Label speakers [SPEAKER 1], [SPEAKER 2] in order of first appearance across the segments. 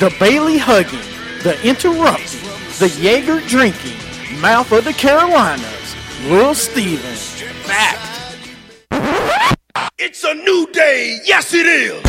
[SPEAKER 1] The Bailey hugging, the interrupting, the Jaeger drinking, mouth of the Carolinas, Lil Stevens.
[SPEAKER 2] Fact. It's a new day. Yes, it is.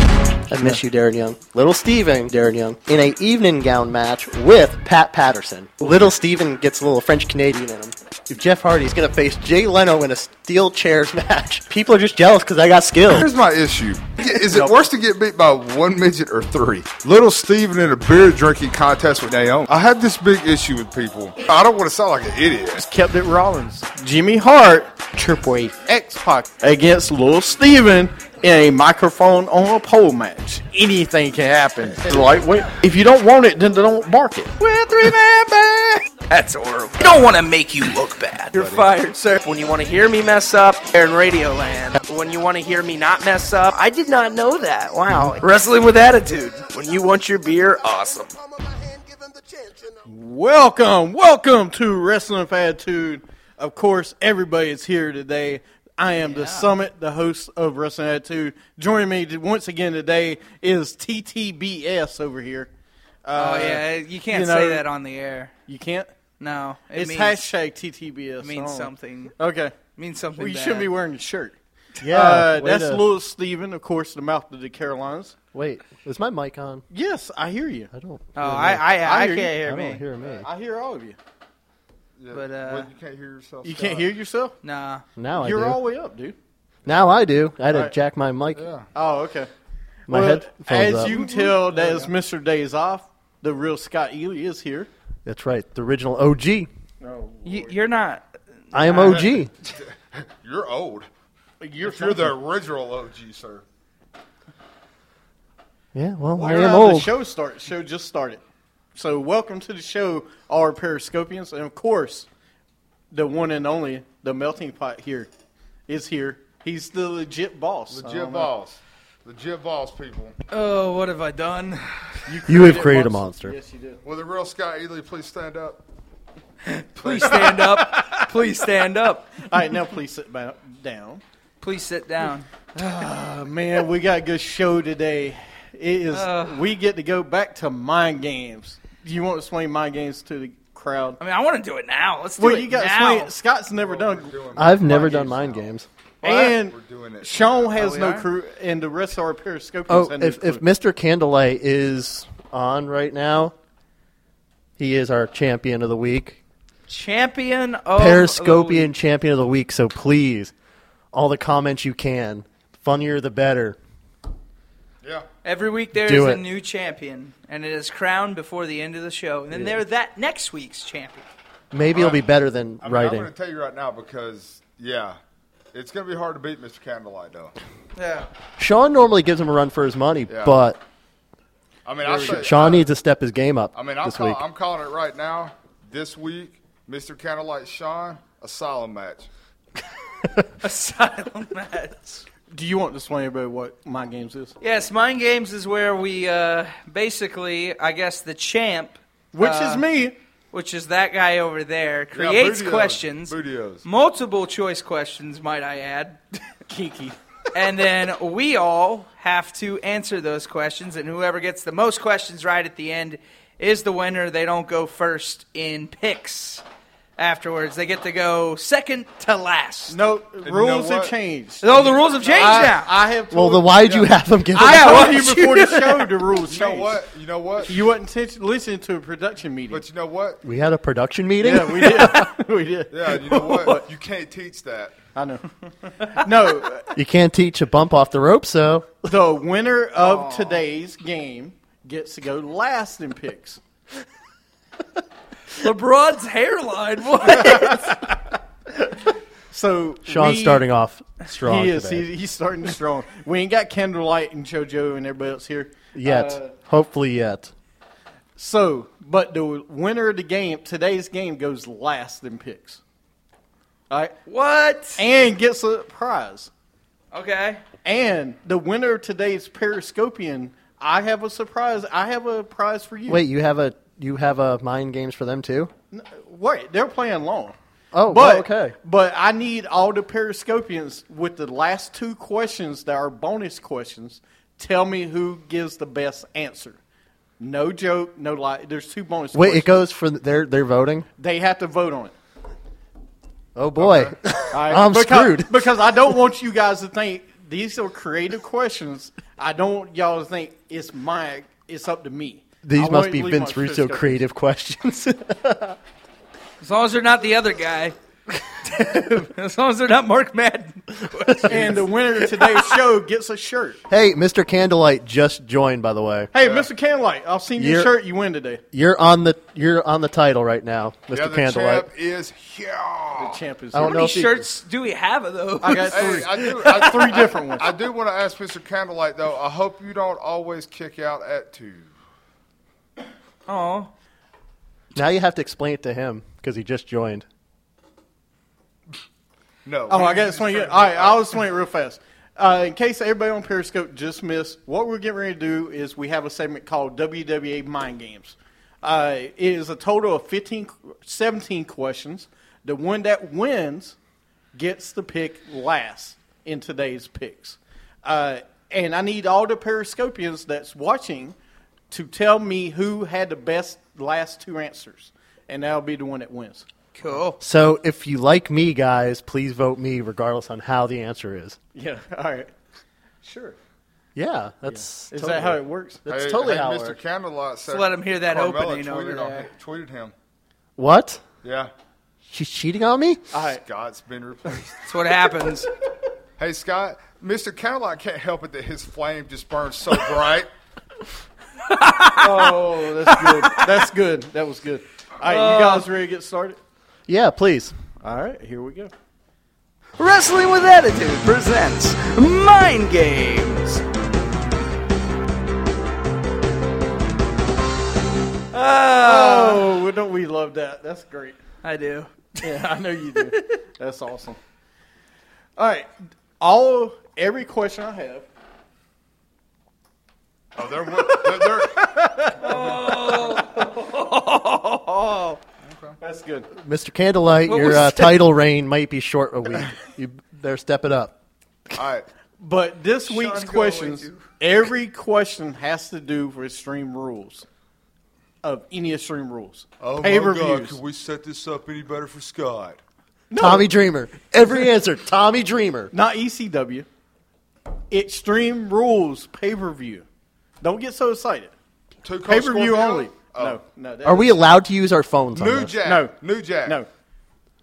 [SPEAKER 3] I miss you, Darren Young. Little Steven, Darren Young, in a evening gown match with Pat Patterson. Little Steven gets a little French Canadian in him. If Jeff Hardy's going to face Jay Leno in a steel chairs match, people are just jealous because I got skills.
[SPEAKER 4] Here's my issue. Is it worse to get beat by one midget or three? Little Steven in a beer drinking contest with Naomi. I have this big issue with people. I don't want to sound like an idiot.
[SPEAKER 1] Kept it Rollins. Jimmy Hart, Triple X Pac against Lil Steven in a microphone on a pole match. Anything can happen. It's Lightweight. If you don't want it, then don't bark it. We're three man band.
[SPEAKER 2] That's horrible. I don't want to make you look bad.
[SPEAKER 5] You're fired, sir. When you want to hear me mess up, Aaron Radio Land. When you want to hear me not mess up, I did not know that. Wow. Wrestling with attitude. When you want your beer, awesome.
[SPEAKER 1] Welcome, welcome to Wrestling Attitude. Of course, everybody is here today. I am the Summit, the host of Wrestling Attitude. Joining me t- once again today is TTBS over here.
[SPEAKER 6] Oh yeah, you can't
[SPEAKER 1] you know-
[SPEAKER 6] say that on the air.
[SPEAKER 1] You can't.
[SPEAKER 6] No, it
[SPEAKER 1] It's
[SPEAKER 6] means,
[SPEAKER 1] hashtag TTBS.
[SPEAKER 6] it means
[SPEAKER 1] Oh.
[SPEAKER 6] something.
[SPEAKER 1] Okay.
[SPEAKER 6] means something.
[SPEAKER 1] Well, you
[SPEAKER 6] bad. Oh,
[SPEAKER 1] shouldn't be wearing a shirt.
[SPEAKER 3] Yeah,
[SPEAKER 1] uh,
[SPEAKER 3] way
[SPEAKER 1] that's
[SPEAKER 3] to-
[SPEAKER 1] Lil Steven, of course, the mouth of the Carolinas.
[SPEAKER 3] Wait, is my mic on?
[SPEAKER 1] Yes, I hear you.
[SPEAKER 3] I don't.
[SPEAKER 6] Oh, I, I,
[SPEAKER 1] I
[SPEAKER 6] I,
[SPEAKER 1] hear Uh,
[SPEAKER 6] can't
[SPEAKER 1] you.
[SPEAKER 6] hear
[SPEAKER 3] I
[SPEAKER 6] me.
[SPEAKER 3] don't hear me.
[SPEAKER 1] I hear all of you.
[SPEAKER 6] But, uh,
[SPEAKER 4] Well, you can't hear yourself.
[SPEAKER 1] You can't hear yourself?
[SPEAKER 6] Nah,
[SPEAKER 3] Now I
[SPEAKER 1] You're
[SPEAKER 3] do.
[SPEAKER 1] all the way up, dude.
[SPEAKER 3] now I do. I had to
[SPEAKER 1] Alright.
[SPEAKER 3] jack my mic,
[SPEAKER 4] Yeah.
[SPEAKER 1] Oh, okay.
[SPEAKER 3] my
[SPEAKER 1] Well,
[SPEAKER 3] headphones
[SPEAKER 1] As
[SPEAKER 3] up.
[SPEAKER 1] you can tell, that is Mr. Days Off. The real Scott Ely is here.
[SPEAKER 3] That's right, the original OG.
[SPEAKER 6] you, you're not.
[SPEAKER 3] I am OG.
[SPEAKER 4] You're old.
[SPEAKER 1] You're
[SPEAKER 4] If you're the original OG, sir.
[SPEAKER 3] Yeah, well, I
[SPEAKER 1] Why
[SPEAKER 3] am
[SPEAKER 1] not? The
[SPEAKER 3] old.
[SPEAKER 1] show start. Show just started. So welcome to the show, all our Periscopians, and of course, the one and only, the melting pot here, is here. He's the legit boss. I
[SPEAKER 4] Legit
[SPEAKER 1] don't know.
[SPEAKER 4] balls. Legit balls, people.
[SPEAKER 6] Oh, what have I done?
[SPEAKER 3] You have created a monster.
[SPEAKER 1] Yes, you did.
[SPEAKER 4] Will the real Scott Ely please stand up?
[SPEAKER 6] Please stand up. Please stand up.
[SPEAKER 1] All right, now please sit ba- down.
[SPEAKER 6] Please sit down.
[SPEAKER 1] Oh, man, we got a good show today. It is.
[SPEAKER 6] Uh.
[SPEAKER 1] we get to go back to mind games. Do you want to explain mind games to the crowd?
[SPEAKER 6] I mean, I want to do it now. Let's do
[SPEAKER 1] Well,
[SPEAKER 6] it
[SPEAKER 1] you got
[SPEAKER 6] now.
[SPEAKER 1] explain. Scott's never done,
[SPEAKER 3] I've never done mind games.
[SPEAKER 1] and
[SPEAKER 4] We're doing it. Oh,
[SPEAKER 1] Sean has
[SPEAKER 6] we
[SPEAKER 1] no
[SPEAKER 6] are?
[SPEAKER 1] crew, and the rest of our periscopians.
[SPEAKER 3] Oh,
[SPEAKER 1] had no
[SPEAKER 3] if, if
[SPEAKER 1] clue.
[SPEAKER 3] Mr. Candlelight is on right now, he is our champion of the week,
[SPEAKER 6] Champion of
[SPEAKER 3] Periscopian champion of the week. So please, all the comments you can, funnier the better.
[SPEAKER 4] Yeah.
[SPEAKER 6] Every week there is
[SPEAKER 3] Do
[SPEAKER 6] a
[SPEAKER 3] it.
[SPEAKER 6] new champion, and it is crowned before the end of the show, and then they're that next week's champion.
[SPEAKER 3] Maybe it'll be better than
[SPEAKER 4] I mean, I'm
[SPEAKER 3] writing.
[SPEAKER 4] going to tell you right now because, yeah, it's going to be hard to beat Mr. Candlelight, though.
[SPEAKER 6] Yeah.
[SPEAKER 3] Sean normally gives him a run for his money,
[SPEAKER 4] Yeah.
[SPEAKER 3] but
[SPEAKER 4] I mean, I say,
[SPEAKER 3] Sean needs to step his game up
[SPEAKER 4] I mean, I'm,
[SPEAKER 3] this
[SPEAKER 4] call,
[SPEAKER 3] week.
[SPEAKER 4] I'm calling it right now. This week, Mr. Candlelight Sean, a solemn match.
[SPEAKER 6] Asylum match.
[SPEAKER 1] do you want to explain about what mind games is?
[SPEAKER 6] Yes, Mind Games is where we uh, basically, I guess, the champ,
[SPEAKER 1] Which
[SPEAKER 6] Uh,
[SPEAKER 1] is me.
[SPEAKER 6] which is that guy over there,
[SPEAKER 4] Yeah,
[SPEAKER 6] creates
[SPEAKER 4] bootios,
[SPEAKER 6] questions,
[SPEAKER 4] Bootios.
[SPEAKER 6] multiple choice questions, might I add,
[SPEAKER 1] Kiki.
[SPEAKER 6] and then we all have to answer those questions, and whoever gets the most questions right at the end is the winner. They don't go first in picks afterwards, they get to go second to last.
[SPEAKER 1] No,
[SPEAKER 4] you know
[SPEAKER 1] rules have
[SPEAKER 4] what?
[SPEAKER 1] changed.
[SPEAKER 6] So the rules have changed
[SPEAKER 1] I,
[SPEAKER 6] now.
[SPEAKER 1] I have.
[SPEAKER 3] well,
[SPEAKER 1] Told,
[SPEAKER 3] then why'd you have him give him?
[SPEAKER 1] I
[SPEAKER 6] Yeah,
[SPEAKER 1] told
[SPEAKER 6] why
[SPEAKER 1] you
[SPEAKER 6] did you
[SPEAKER 1] before the
[SPEAKER 6] do that?
[SPEAKER 1] show the rules
[SPEAKER 4] You know
[SPEAKER 1] changed.
[SPEAKER 4] what? You know what?
[SPEAKER 1] You weren't t- listening to a production meeting.
[SPEAKER 4] But you know what?
[SPEAKER 3] we had a production meeting.
[SPEAKER 1] yeah, we did. we did.
[SPEAKER 4] Yeah, you know what? You can't teach that.
[SPEAKER 1] I know. No,
[SPEAKER 3] you can't teach a bump off the rope, so
[SPEAKER 1] the winner of today's game gets to go last in picks.
[SPEAKER 6] LeBron's hairline. What?
[SPEAKER 1] So
[SPEAKER 3] Sean's
[SPEAKER 1] we-
[SPEAKER 3] starting off strong.
[SPEAKER 1] He is.
[SPEAKER 3] today.
[SPEAKER 1] He's, he's starting strong. We ain't got Kendall Light and JoJo and everybody else here
[SPEAKER 3] Yet,
[SPEAKER 1] Uh,
[SPEAKER 3] hopefully, yet.
[SPEAKER 1] So, but the winner of the game, today's game goes last in picks. All right.
[SPEAKER 6] What?
[SPEAKER 1] And gets a prize.
[SPEAKER 6] Okay.
[SPEAKER 1] And the winner of today's Periscopian, I have a surprise. I have a prize for you.
[SPEAKER 3] Wait, you have a you have a mind games for them too?
[SPEAKER 1] Wait, they're playing long.
[SPEAKER 3] Oh,
[SPEAKER 1] but,
[SPEAKER 3] well, okay.
[SPEAKER 1] But I need all the Periscopians with the last two questions that are bonus questions. Tell me who gives the best answer. No joke, no lie. There's two bonus
[SPEAKER 3] Wait,
[SPEAKER 1] questions.
[SPEAKER 3] it goes for they're they're voting.
[SPEAKER 1] they have to vote on it.
[SPEAKER 3] Oh boy,
[SPEAKER 1] All right?
[SPEAKER 3] I'm
[SPEAKER 1] Because-
[SPEAKER 3] screwed.
[SPEAKER 1] Because I don't want you guys to think these are creative questions. I don't want y'all to think it's my it's up to me.
[SPEAKER 3] These
[SPEAKER 1] I
[SPEAKER 3] must
[SPEAKER 1] wanna
[SPEAKER 3] be
[SPEAKER 1] leave my
[SPEAKER 3] Vince Russo
[SPEAKER 1] Periscopians.
[SPEAKER 3] creative questions.
[SPEAKER 6] As long as they're not the other guy. as long as they're not Mark Madden.
[SPEAKER 1] And the winner of today's show gets a shirt.
[SPEAKER 3] hey, Mr. Candlelight just joined, by the way.
[SPEAKER 1] Hey, Mr. Candlelight, I've seen your
[SPEAKER 3] You're-
[SPEAKER 1] shirt. You win today.
[SPEAKER 3] You're on the you're on the title right now, Mr.
[SPEAKER 4] The other
[SPEAKER 3] Candlelight.
[SPEAKER 4] champ is here.
[SPEAKER 1] Champ is
[SPEAKER 3] I don't
[SPEAKER 1] here.
[SPEAKER 3] know
[SPEAKER 6] How many
[SPEAKER 3] if you-
[SPEAKER 6] shirts do we have of those?
[SPEAKER 1] I got three.
[SPEAKER 4] Hey, I do, I,
[SPEAKER 1] Three different ones.
[SPEAKER 4] I do want to ask Mr. Candlelight though. I hope you don't always kick out at two.
[SPEAKER 6] Oh.
[SPEAKER 3] Now you have to explain it to him because he just joined.
[SPEAKER 4] No.
[SPEAKER 1] Oh, I got to explain it. All right, I'll explain it real fast. Uh, in case everybody on Periscope just missed, what we're getting ready to do is we have a segment called WWA Mind Games. Uh, it is a total of 15, 17 questions. The one that wins gets the pick last in today's picks. Uh, and I need all the Periscopians that's watching to tell me who had the best last two answers. And that'll be the one that wins.
[SPEAKER 6] Cool.
[SPEAKER 3] So if you like me, guys, please vote me, regardless on how the answer is.
[SPEAKER 1] Yeah, all right. Sure.
[SPEAKER 3] Yeah, that's
[SPEAKER 1] Is
[SPEAKER 3] totally-
[SPEAKER 1] that how it works?
[SPEAKER 3] That's
[SPEAKER 4] Hey,
[SPEAKER 3] totally
[SPEAKER 4] hey,
[SPEAKER 3] how it
[SPEAKER 4] Mr.
[SPEAKER 3] works.
[SPEAKER 4] Candlelight said.
[SPEAKER 6] let him hear that
[SPEAKER 4] Carmella
[SPEAKER 6] opening
[SPEAKER 4] tweeted
[SPEAKER 6] over
[SPEAKER 4] on
[SPEAKER 6] there.
[SPEAKER 4] him- tweeted him.
[SPEAKER 3] What?
[SPEAKER 4] Yeah.
[SPEAKER 3] She's cheating on me?
[SPEAKER 1] All right.
[SPEAKER 4] Scott's been replaced.
[SPEAKER 6] That's what happens.
[SPEAKER 4] hey, Scott, Mr. Candlelight can't help it that his flame just burns so bright.
[SPEAKER 1] Oh, that's good. That's good. That was good. All right, you guys ready to get started?
[SPEAKER 3] Yeah, please.
[SPEAKER 1] Uh, All right, here we go.
[SPEAKER 5] Wrestling with Attitude presents Mind Games.
[SPEAKER 1] Oh, well, don't we love that? That's great.
[SPEAKER 6] I do.
[SPEAKER 1] Yeah, I know you do. That's awesome. All right, all every question I have.
[SPEAKER 4] Oh, they're, they're, they're
[SPEAKER 1] That's good.
[SPEAKER 3] Mr. Candlelight, your
[SPEAKER 6] was
[SPEAKER 3] uh,
[SPEAKER 6] that?
[SPEAKER 3] title reign might be short a week. you better step it up.
[SPEAKER 4] all right.
[SPEAKER 1] But this week's
[SPEAKER 4] go away,
[SPEAKER 1] questions,
[SPEAKER 4] too.
[SPEAKER 1] every question has to do with stream rules of any extreme rules.
[SPEAKER 4] Oh my God!
[SPEAKER 1] Pay-per-views.
[SPEAKER 4] Can we set this up any better for Scott?
[SPEAKER 3] Tommy Dreamer. Every answer, Tommy Dreamer.
[SPEAKER 1] not ECW. Extreme Rules pay per view. Don't get so excited.
[SPEAKER 4] Two Cold
[SPEAKER 1] Pay per view
[SPEAKER 4] Scorpio?
[SPEAKER 1] only.
[SPEAKER 4] Oh.
[SPEAKER 1] No, no. that
[SPEAKER 3] Are
[SPEAKER 1] is-
[SPEAKER 3] we allowed to use our phones on
[SPEAKER 4] New
[SPEAKER 3] this?
[SPEAKER 4] Jack.
[SPEAKER 1] No.
[SPEAKER 4] New Jack.
[SPEAKER 1] No,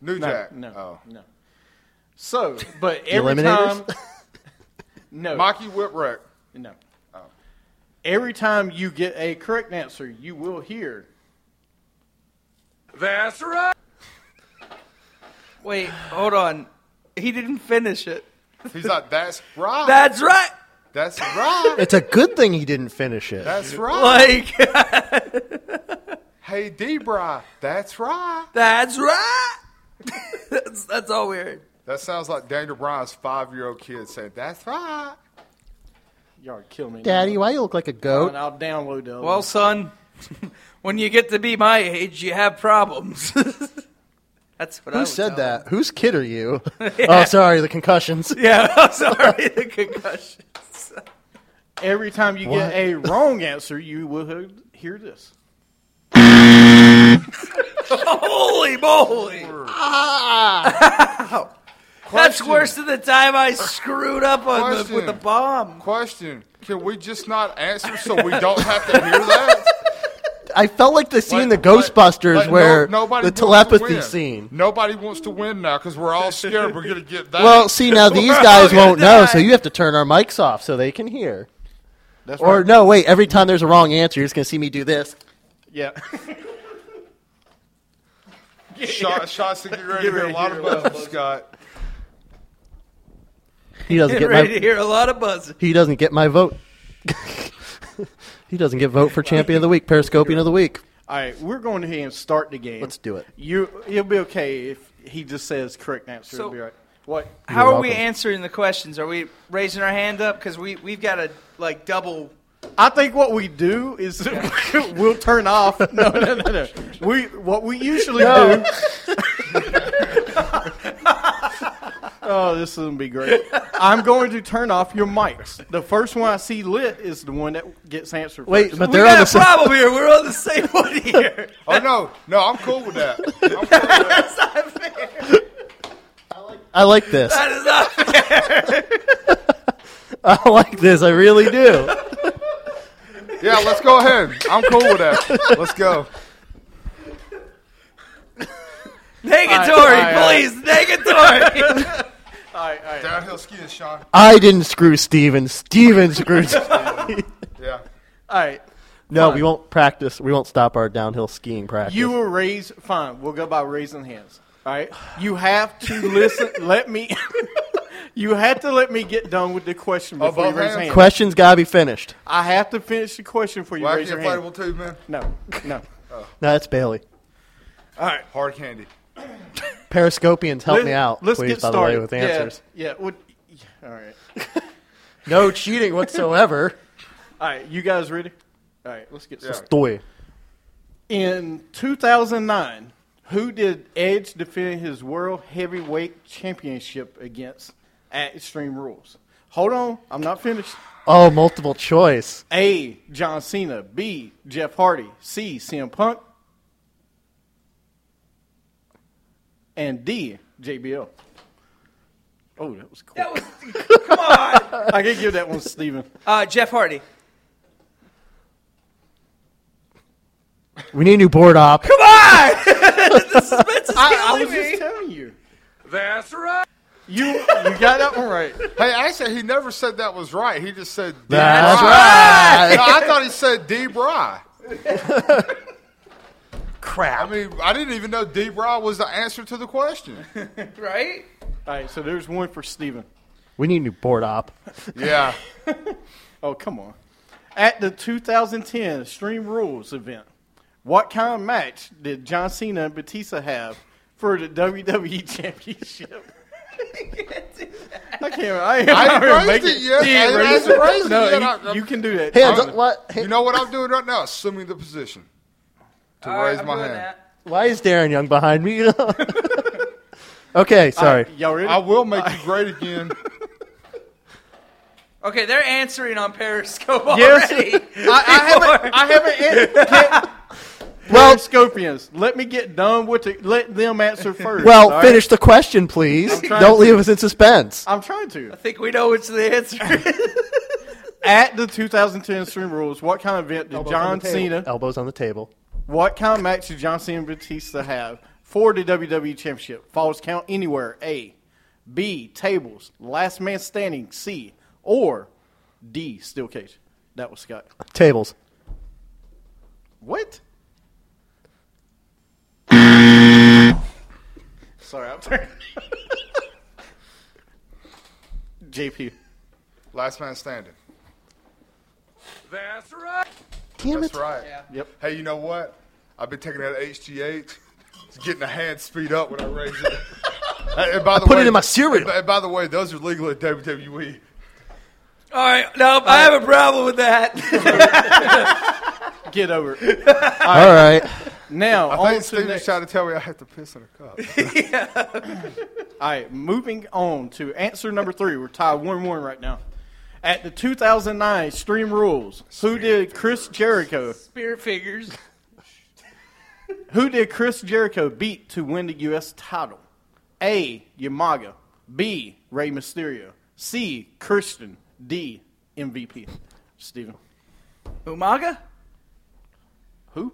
[SPEAKER 4] New
[SPEAKER 1] no,
[SPEAKER 4] Jack.
[SPEAKER 1] no,
[SPEAKER 4] Oh.
[SPEAKER 1] no. So, but every time,
[SPEAKER 3] Eliminators?
[SPEAKER 1] no,
[SPEAKER 4] Oh. Mikey Whipwreck.
[SPEAKER 1] no. Every time you get a correct answer, you will hear.
[SPEAKER 2] That's right.
[SPEAKER 6] Wait, hold on. He didn't finish it.
[SPEAKER 4] He's like, that's right.
[SPEAKER 6] That's right.
[SPEAKER 4] that's right.
[SPEAKER 3] It's a good thing he didn't finish it.
[SPEAKER 4] That's right.
[SPEAKER 6] Like,
[SPEAKER 4] Hey, Debra. That's right.
[SPEAKER 6] that's right. that's, that's all weird.
[SPEAKER 4] That sounds like Daniel Bryan's five-year-old kid saying, that's right.
[SPEAKER 1] Y'all are killing me,
[SPEAKER 3] Daddy, why you look like a goat?
[SPEAKER 1] And I'll download the. other
[SPEAKER 6] Well,
[SPEAKER 1] one.
[SPEAKER 6] son, when you get to be my age, you have problems. that's what I
[SPEAKER 3] Who
[SPEAKER 6] would
[SPEAKER 3] said
[SPEAKER 6] tell
[SPEAKER 3] that? Whose kid are you? Oh, sorry, the concussions.
[SPEAKER 6] him. Yeah, I'm sorry. the concussion.
[SPEAKER 1] every time you
[SPEAKER 3] What?
[SPEAKER 1] get a wrong answer, you will he- hear this.
[SPEAKER 6] Holy moly!
[SPEAKER 3] Ah.
[SPEAKER 6] That's worse than the time I screwed up on the, with
[SPEAKER 4] Question.
[SPEAKER 6] the bomb.
[SPEAKER 4] Question: Can we just not answer so we don't have to hear that?
[SPEAKER 3] I felt like the scene in the
[SPEAKER 4] Like- like-
[SPEAKER 3] Ghostbusters
[SPEAKER 4] like no-
[SPEAKER 3] where
[SPEAKER 4] nobody
[SPEAKER 3] the
[SPEAKER 4] wants to
[SPEAKER 3] telepathy
[SPEAKER 4] win.
[SPEAKER 3] scene.
[SPEAKER 4] Nobody wants to win now because we're all scared we're gonna get that.
[SPEAKER 3] Well, see, now these guys won't know, so you have to turn our mics off so they can hear.
[SPEAKER 1] That's
[SPEAKER 3] Or
[SPEAKER 1] right.
[SPEAKER 3] no, wait, every time there's a wrong answer, you're just going to see me do this.
[SPEAKER 1] Yeah.
[SPEAKER 4] Shot, shots to get ready to hear a lot of buzz, Scott.
[SPEAKER 3] He doesn't
[SPEAKER 6] Get
[SPEAKER 3] get
[SPEAKER 6] ready to
[SPEAKER 3] my
[SPEAKER 6] hear a lot of buzzing.
[SPEAKER 3] he doesn't get my vote. He doesn't get vote for champion of the week, periscoping of the week.
[SPEAKER 1] All right, we're going ahead and start the game.
[SPEAKER 3] Let's do it.
[SPEAKER 1] You, you'll be okay if he just says correct answer.
[SPEAKER 6] So-
[SPEAKER 1] it'll be right. What?
[SPEAKER 6] How
[SPEAKER 3] You're
[SPEAKER 6] are we
[SPEAKER 3] welcome.
[SPEAKER 6] answering the questions? Are we raising our hand up because we we've got a like double?
[SPEAKER 1] I think what we do is we'll turn off. No, no, no, no. We what we usually do. oh, this is gonna be great. I'm going to turn off your mics. The first one I see lit is the one that gets answered.
[SPEAKER 3] Wait,
[SPEAKER 1] first.
[SPEAKER 3] but
[SPEAKER 6] We
[SPEAKER 3] they're on
[SPEAKER 6] got
[SPEAKER 3] the
[SPEAKER 6] a problem here. We're on the same one here.
[SPEAKER 4] Oh no, no, I'm cool with that. I'm cool with that.
[SPEAKER 6] That's not fair.
[SPEAKER 3] I like this.
[SPEAKER 6] That is not fair.
[SPEAKER 3] I like this. I really do.
[SPEAKER 4] Yeah, let's go ahead. I'm cool with that. Let's go.
[SPEAKER 6] Negatory,
[SPEAKER 1] All right,
[SPEAKER 6] please. Negatory.
[SPEAKER 4] Downhill skiing, Sean.
[SPEAKER 3] I didn't screw Steven. Steven screwed. Steven.
[SPEAKER 4] Yeah.
[SPEAKER 1] all right.
[SPEAKER 3] no, we won't practice. We won't stop our downhill skiing practice.
[SPEAKER 1] You will raise. Fine, we'll go by raising hands. All right. You have to listen. let me. you have to let me get done with the question before
[SPEAKER 4] both
[SPEAKER 1] you raise
[SPEAKER 4] hands?
[SPEAKER 1] hands.
[SPEAKER 3] Questions gotta be finished.
[SPEAKER 1] I have to finish the question before you
[SPEAKER 4] Wacky
[SPEAKER 1] raise your
[SPEAKER 4] inflatable
[SPEAKER 1] hand.
[SPEAKER 4] tube, man.
[SPEAKER 1] No, no.
[SPEAKER 3] No, that's Bailey.
[SPEAKER 4] Hard candy.
[SPEAKER 3] Periscopians, help
[SPEAKER 1] Let-
[SPEAKER 3] me out,
[SPEAKER 1] Let's
[SPEAKER 3] please.
[SPEAKER 1] get
[SPEAKER 3] by
[SPEAKER 1] started
[SPEAKER 3] the way, with
[SPEAKER 1] Yeah,
[SPEAKER 3] answers.
[SPEAKER 1] Yeah. what- yeah, all right.
[SPEAKER 3] No cheating whatsoever.
[SPEAKER 1] All right. You guys ready? All right. Let's get started.
[SPEAKER 3] Stoy.
[SPEAKER 1] In 2009, who did Edge defend his World Heavyweight Championship against at Extreme Rules? Hold on. I'm not finished.
[SPEAKER 3] Oh, multiple choice.
[SPEAKER 1] A. John Cena. B. Jeff Hardy. C. CM Punk. And D. JBL. Oh, that was cool.
[SPEAKER 6] Come on.
[SPEAKER 1] I can give that one to Steven.
[SPEAKER 6] Uh, Jeff Hardy.
[SPEAKER 3] We need a new board op.
[SPEAKER 6] Come on. the suspense is
[SPEAKER 1] I, I
[SPEAKER 6] killing
[SPEAKER 1] was just
[SPEAKER 6] me.
[SPEAKER 1] telling you.
[SPEAKER 2] That's right.
[SPEAKER 1] You you got that one right.
[SPEAKER 4] Hey, actually, he never said that was right. He just said D.
[SPEAKER 3] That's
[SPEAKER 4] Bry. No, I thought he said D. Bry. Crap. I mean, I didn't even know D. Bry was the answer to the question.
[SPEAKER 6] Right?
[SPEAKER 1] All right, so there's one for Steven.
[SPEAKER 3] We need a new board op.
[SPEAKER 4] Yeah.
[SPEAKER 1] Oh, come on. At the 2010 Stream Rules event, what kind of match did John Cena and Batista have for the WWE Championship? I can't. I, ain't-
[SPEAKER 4] I ain't
[SPEAKER 1] even make
[SPEAKER 4] raised it yet.
[SPEAKER 1] Yeah,
[SPEAKER 4] I ain't
[SPEAKER 1] raise
[SPEAKER 4] raised- raised it
[SPEAKER 1] No,
[SPEAKER 4] yet.
[SPEAKER 1] you-
[SPEAKER 4] I-
[SPEAKER 1] you, can do that.
[SPEAKER 3] Hands
[SPEAKER 1] I'm-
[SPEAKER 3] up. What?
[SPEAKER 4] You know what I'm doing right now? Assuming the position to
[SPEAKER 6] All right,
[SPEAKER 4] raise
[SPEAKER 6] I'm
[SPEAKER 4] my
[SPEAKER 6] doing
[SPEAKER 4] hand.
[SPEAKER 6] that.
[SPEAKER 3] Why is Darren Young behind me? okay, sorry.
[SPEAKER 1] Y'all ready?
[SPEAKER 4] I will make you great again.
[SPEAKER 6] Okay, they're answering on Periscope
[SPEAKER 1] Yes.
[SPEAKER 6] already.
[SPEAKER 1] I, I haven't. I haven't. an- get- well, Scorpions, let me get done with it. Let them answer first.
[SPEAKER 3] well,
[SPEAKER 1] all right?
[SPEAKER 3] finish the question, please.
[SPEAKER 1] trying
[SPEAKER 3] Don't
[SPEAKER 1] to-
[SPEAKER 3] leave us in suspense.
[SPEAKER 1] I'm trying to.
[SPEAKER 6] I think we know which the answer is.
[SPEAKER 1] At the 2010 Stream Rules, what kind of event did John Cena?
[SPEAKER 3] Elbows on the table.
[SPEAKER 1] What kind of match did John Cena and Batista have for the WWE Championship? Falls count anywhere. A, B, tables, last man standing. C, or D, steel cage. That was Scott.
[SPEAKER 3] Tables.
[SPEAKER 1] What? Sorry, I'm turning. JP.
[SPEAKER 4] Last man standing.
[SPEAKER 2] That's right.
[SPEAKER 3] Damn
[SPEAKER 4] That's
[SPEAKER 3] it.
[SPEAKER 4] right.
[SPEAKER 1] Yep.
[SPEAKER 4] Hey, you know what? I've been taking that HGH. It's getting the hand speed up when I raise it. Hey, and by the
[SPEAKER 3] put
[SPEAKER 4] way,
[SPEAKER 3] it in my cereal.
[SPEAKER 4] And by the way, those are legal at E. WWE.
[SPEAKER 6] All right, nope, I have a problem with that.
[SPEAKER 1] Get over it.
[SPEAKER 3] All right.
[SPEAKER 1] Now,
[SPEAKER 4] I
[SPEAKER 1] on
[SPEAKER 4] think
[SPEAKER 1] to the
[SPEAKER 4] Steven's
[SPEAKER 1] next.
[SPEAKER 4] trying to tell me I have to piss in a cup.
[SPEAKER 1] All right, moving on to answer number three. We're tied 1 1 right now. At the 2009 Stream Rules, who did Chris Jericho?
[SPEAKER 6] Spirit figures.
[SPEAKER 1] Who did Chris Jericho beat to win the U.S. title? A. Yamaga. B. Rey Mysterio. C. Christian. D. MVP. Steven.
[SPEAKER 6] Umaga?
[SPEAKER 1] Who?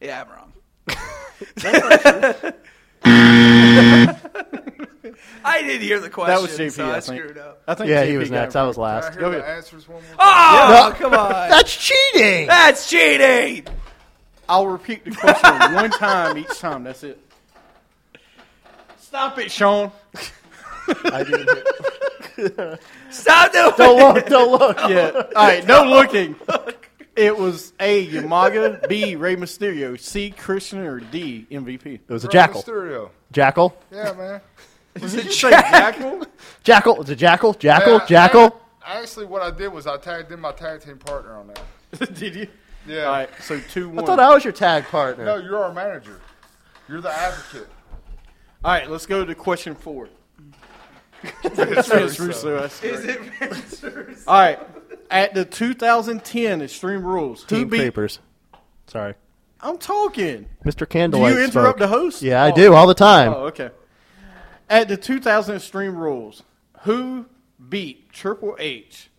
[SPEAKER 6] Yeah, I'm wrong. I didn't hear the question.
[SPEAKER 1] That was JP.
[SPEAKER 6] so I,
[SPEAKER 1] I, think.
[SPEAKER 6] screwed up.
[SPEAKER 1] I think
[SPEAKER 3] Yeah,
[SPEAKER 1] JP
[SPEAKER 3] he was
[SPEAKER 1] got it
[SPEAKER 3] next. I was
[SPEAKER 4] I
[SPEAKER 3] last.
[SPEAKER 4] hear
[SPEAKER 1] Go
[SPEAKER 4] the
[SPEAKER 1] ahead.
[SPEAKER 4] answers one more
[SPEAKER 6] Oh, come on.
[SPEAKER 3] That's cheating.
[SPEAKER 6] That's cheating.
[SPEAKER 1] I'll repeat the question one time each time. That's it. Stop it, Sean.
[SPEAKER 3] I didn't hear-
[SPEAKER 6] Stop doing
[SPEAKER 3] don't look. Don't look.
[SPEAKER 1] Yeah. All right. No looking. It was A. Yamaga, B. Rey Mysterio, C. Christian, or D. MVP.
[SPEAKER 3] It was a jackal.
[SPEAKER 4] Mysterio.
[SPEAKER 3] Jackal.
[SPEAKER 4] Yeah, man.
[SPEAKER 1] Did you say Jackal?
[SPEAKER 3] Jackal. It's a jackal. Jackal.
[SPEAKER 4] Yeah, I-
[SPEAKER 3] Jackal.
[SPEAKER 4] I- actually, what I did was I tagged in my tag team partner on that.
[SPEAKER 1] Did you?
[SPEAKER 4] Yeah.
[SPEAKER 1] All right, so two one.
[SPEAKER 3] I thought I was your tag partner.
[SPEAKER 4] No, you're our manager. You're the advocate.
[SPEAKER 1] All right, let's go to question four. Vince Russo. that's correct.
[SPEAKER 6] it Vince Russo?
[SPEAKER 1] All right, at the 2010 Extreme Rules, who
[SPEAKER 3] Team
[SPEAKER 1] beat?
[SPEAKER 3] Creepers. Sorry.
[SPEAKER 1] I'm talking.
[SPEAKER 3] Mr.
[SPEAKER 1] Do you
[SPEAKER 3] Candlelight.
[SPEAKER 1] interrupt
[SPEAKER 3] spoke.
[SPEAKER 1] the host?
[SPEAKER 3] Yeah, I
[SPEAKER 1] Oh.
[SPEAKER 3] do all the time.
[SPEAKER 1] Oh, okay. At the 2000 Extreme Rules, who beat Triple H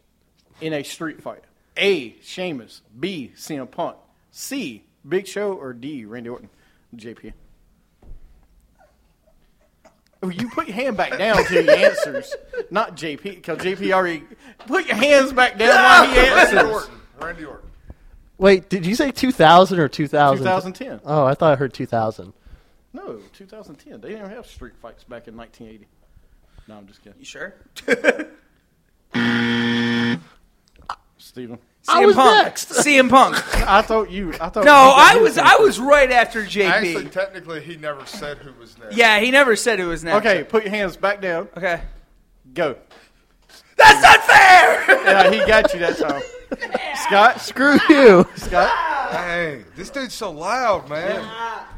[SPEAKER 1] in a street fight? A. Sheamus. B. CM Punk. C. Big Show. Or D. Randy Orton. JP. Oh, You put your hand back down till he answers, not JP, because JP already put your hands back down while he
[SPEAKER 4] Randy
[SPEAKER 1] answers.
[SPEAKER 4] Orton. Randy Orton.
[SPEAKER 3] Wait, did you say 2000 or 2000?
[SPEAKER 1] 2010.
[SPEAKER 3] Oh, I thought I heard 2000.
[SPEAKER 1] No, 2010. They didn't have street fights back in 1980. No, I'm just kidding.
[SPEAKER 6] You sure?
[SPEAKER 1] Steven.
[SPEAKER 3] I
[SPEAKER 6] CM
[SPEAKER 3] was
[SPEAKER 6] Punk.
[SPEAKER 3] next.
[SPEAKER 6] CM Punk.
[SPEAKER 1] I thought you. I thought.
[SPEAKER 6] No,
[SPEAKER 1] you-
[SPEAKER 6] I was I was right after
[SPEAKER 4] Actually,
[SPEAKER 6] JP.
[SPEAKER 4] technically, he never said who was next.
[SPEAKER 6] Yeah, he never said it was next.
[SPEAKER 1] Okay, put your hands back down.
[SPEAKER 6] Okay.
[SPEAKER 1] Go.
[SPEAKER 6] That's unfair.
[SPEAKER 1] Yeah, he got you that time. Scott,
[SPEAKER 3] Screw you.
[SPEAKER 1] Scott,
[SPEAKER 4] Dang, this dude's so loud, man.